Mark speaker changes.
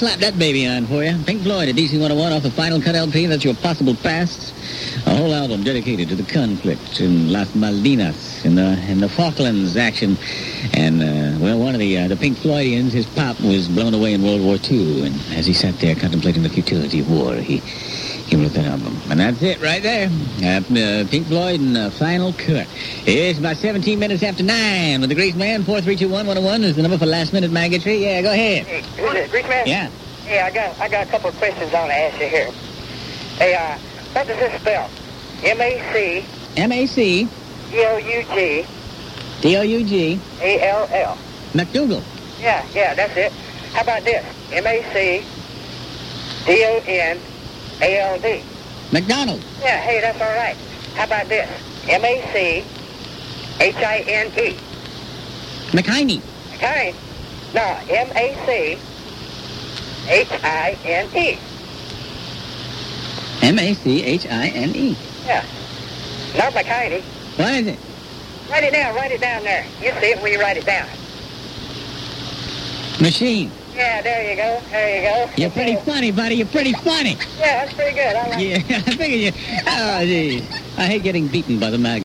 Speaker 1: Clap that baby on for you. Pink Floyd, a DC-101 off the Final Cut LP. That's your possible past. A whole album dedicated to the conflict in Las Maldinas, in the in the Falklands action. And uh, well, one of the uh, the Pink Floydians, his pop was blown away in World War II. And as he sat there contemplating the futility of war, he he wrote that album. And that's it right there. Uh, uh, Pink Floyd and uh, Final Cut. It's about 17 minutes after 9 with the Grease Man. 4321101 is the number for last minute maggotry. Yeah, go ahead.
Speaker 2: Hey, Rick, Rick man.
Speaker 1: Yeah.
Speaker 2: Hey, I got I got a couple of questions I want to ask you here. Hey, uh, what does this spell? M A C
Speaker 1: M-A-C,
Speaker 2: D O U G
Speaker 1: D-O-U-G,
Speaker 2: A L L.
Speaker 1: McDougal.
Speaker 2: Yeah, yeah, that's it. How about this? M A C D O N A L D.
Speaker 1: McDonald.
Speaker 2: Yeah, hey, that's all right. How about this? M A C H I N E.
Speaker 1: McHiney.
Speaker 2: Okay. No, M A C H I N E.
Speaker 1: M-A-C-H-I-N-E.
Speaker 2: Yeah. Not McKinney.
Speaker 1: E. What is it?
Speaker 2: Write it down. Write it down there. You see it when you write it down.
Speaker 1: Machine.
Speaker 2: Yeah, there you go. There you go.
Speaker 1: You're pretty funny, buddy. You're pretty funny.
Speaker 2: Yeah, that's pretty good. I like
Speaker 1: Yeah, I figured you. Oh, geez. I hate getting beaten by the mag.